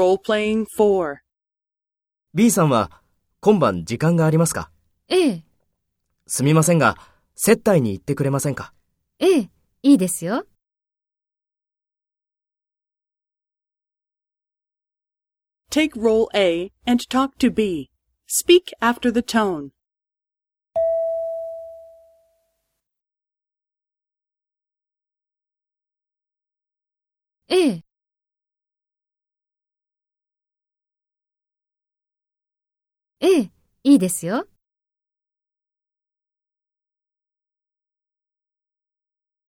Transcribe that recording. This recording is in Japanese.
Role-playing 4. B さんは今晩時間がありますかええ、すみませんが、接待に行ってくれませんかええ、いいですよ。 Take role A and talk to B. Speak after the tone. ええ、ええ、いいですよ。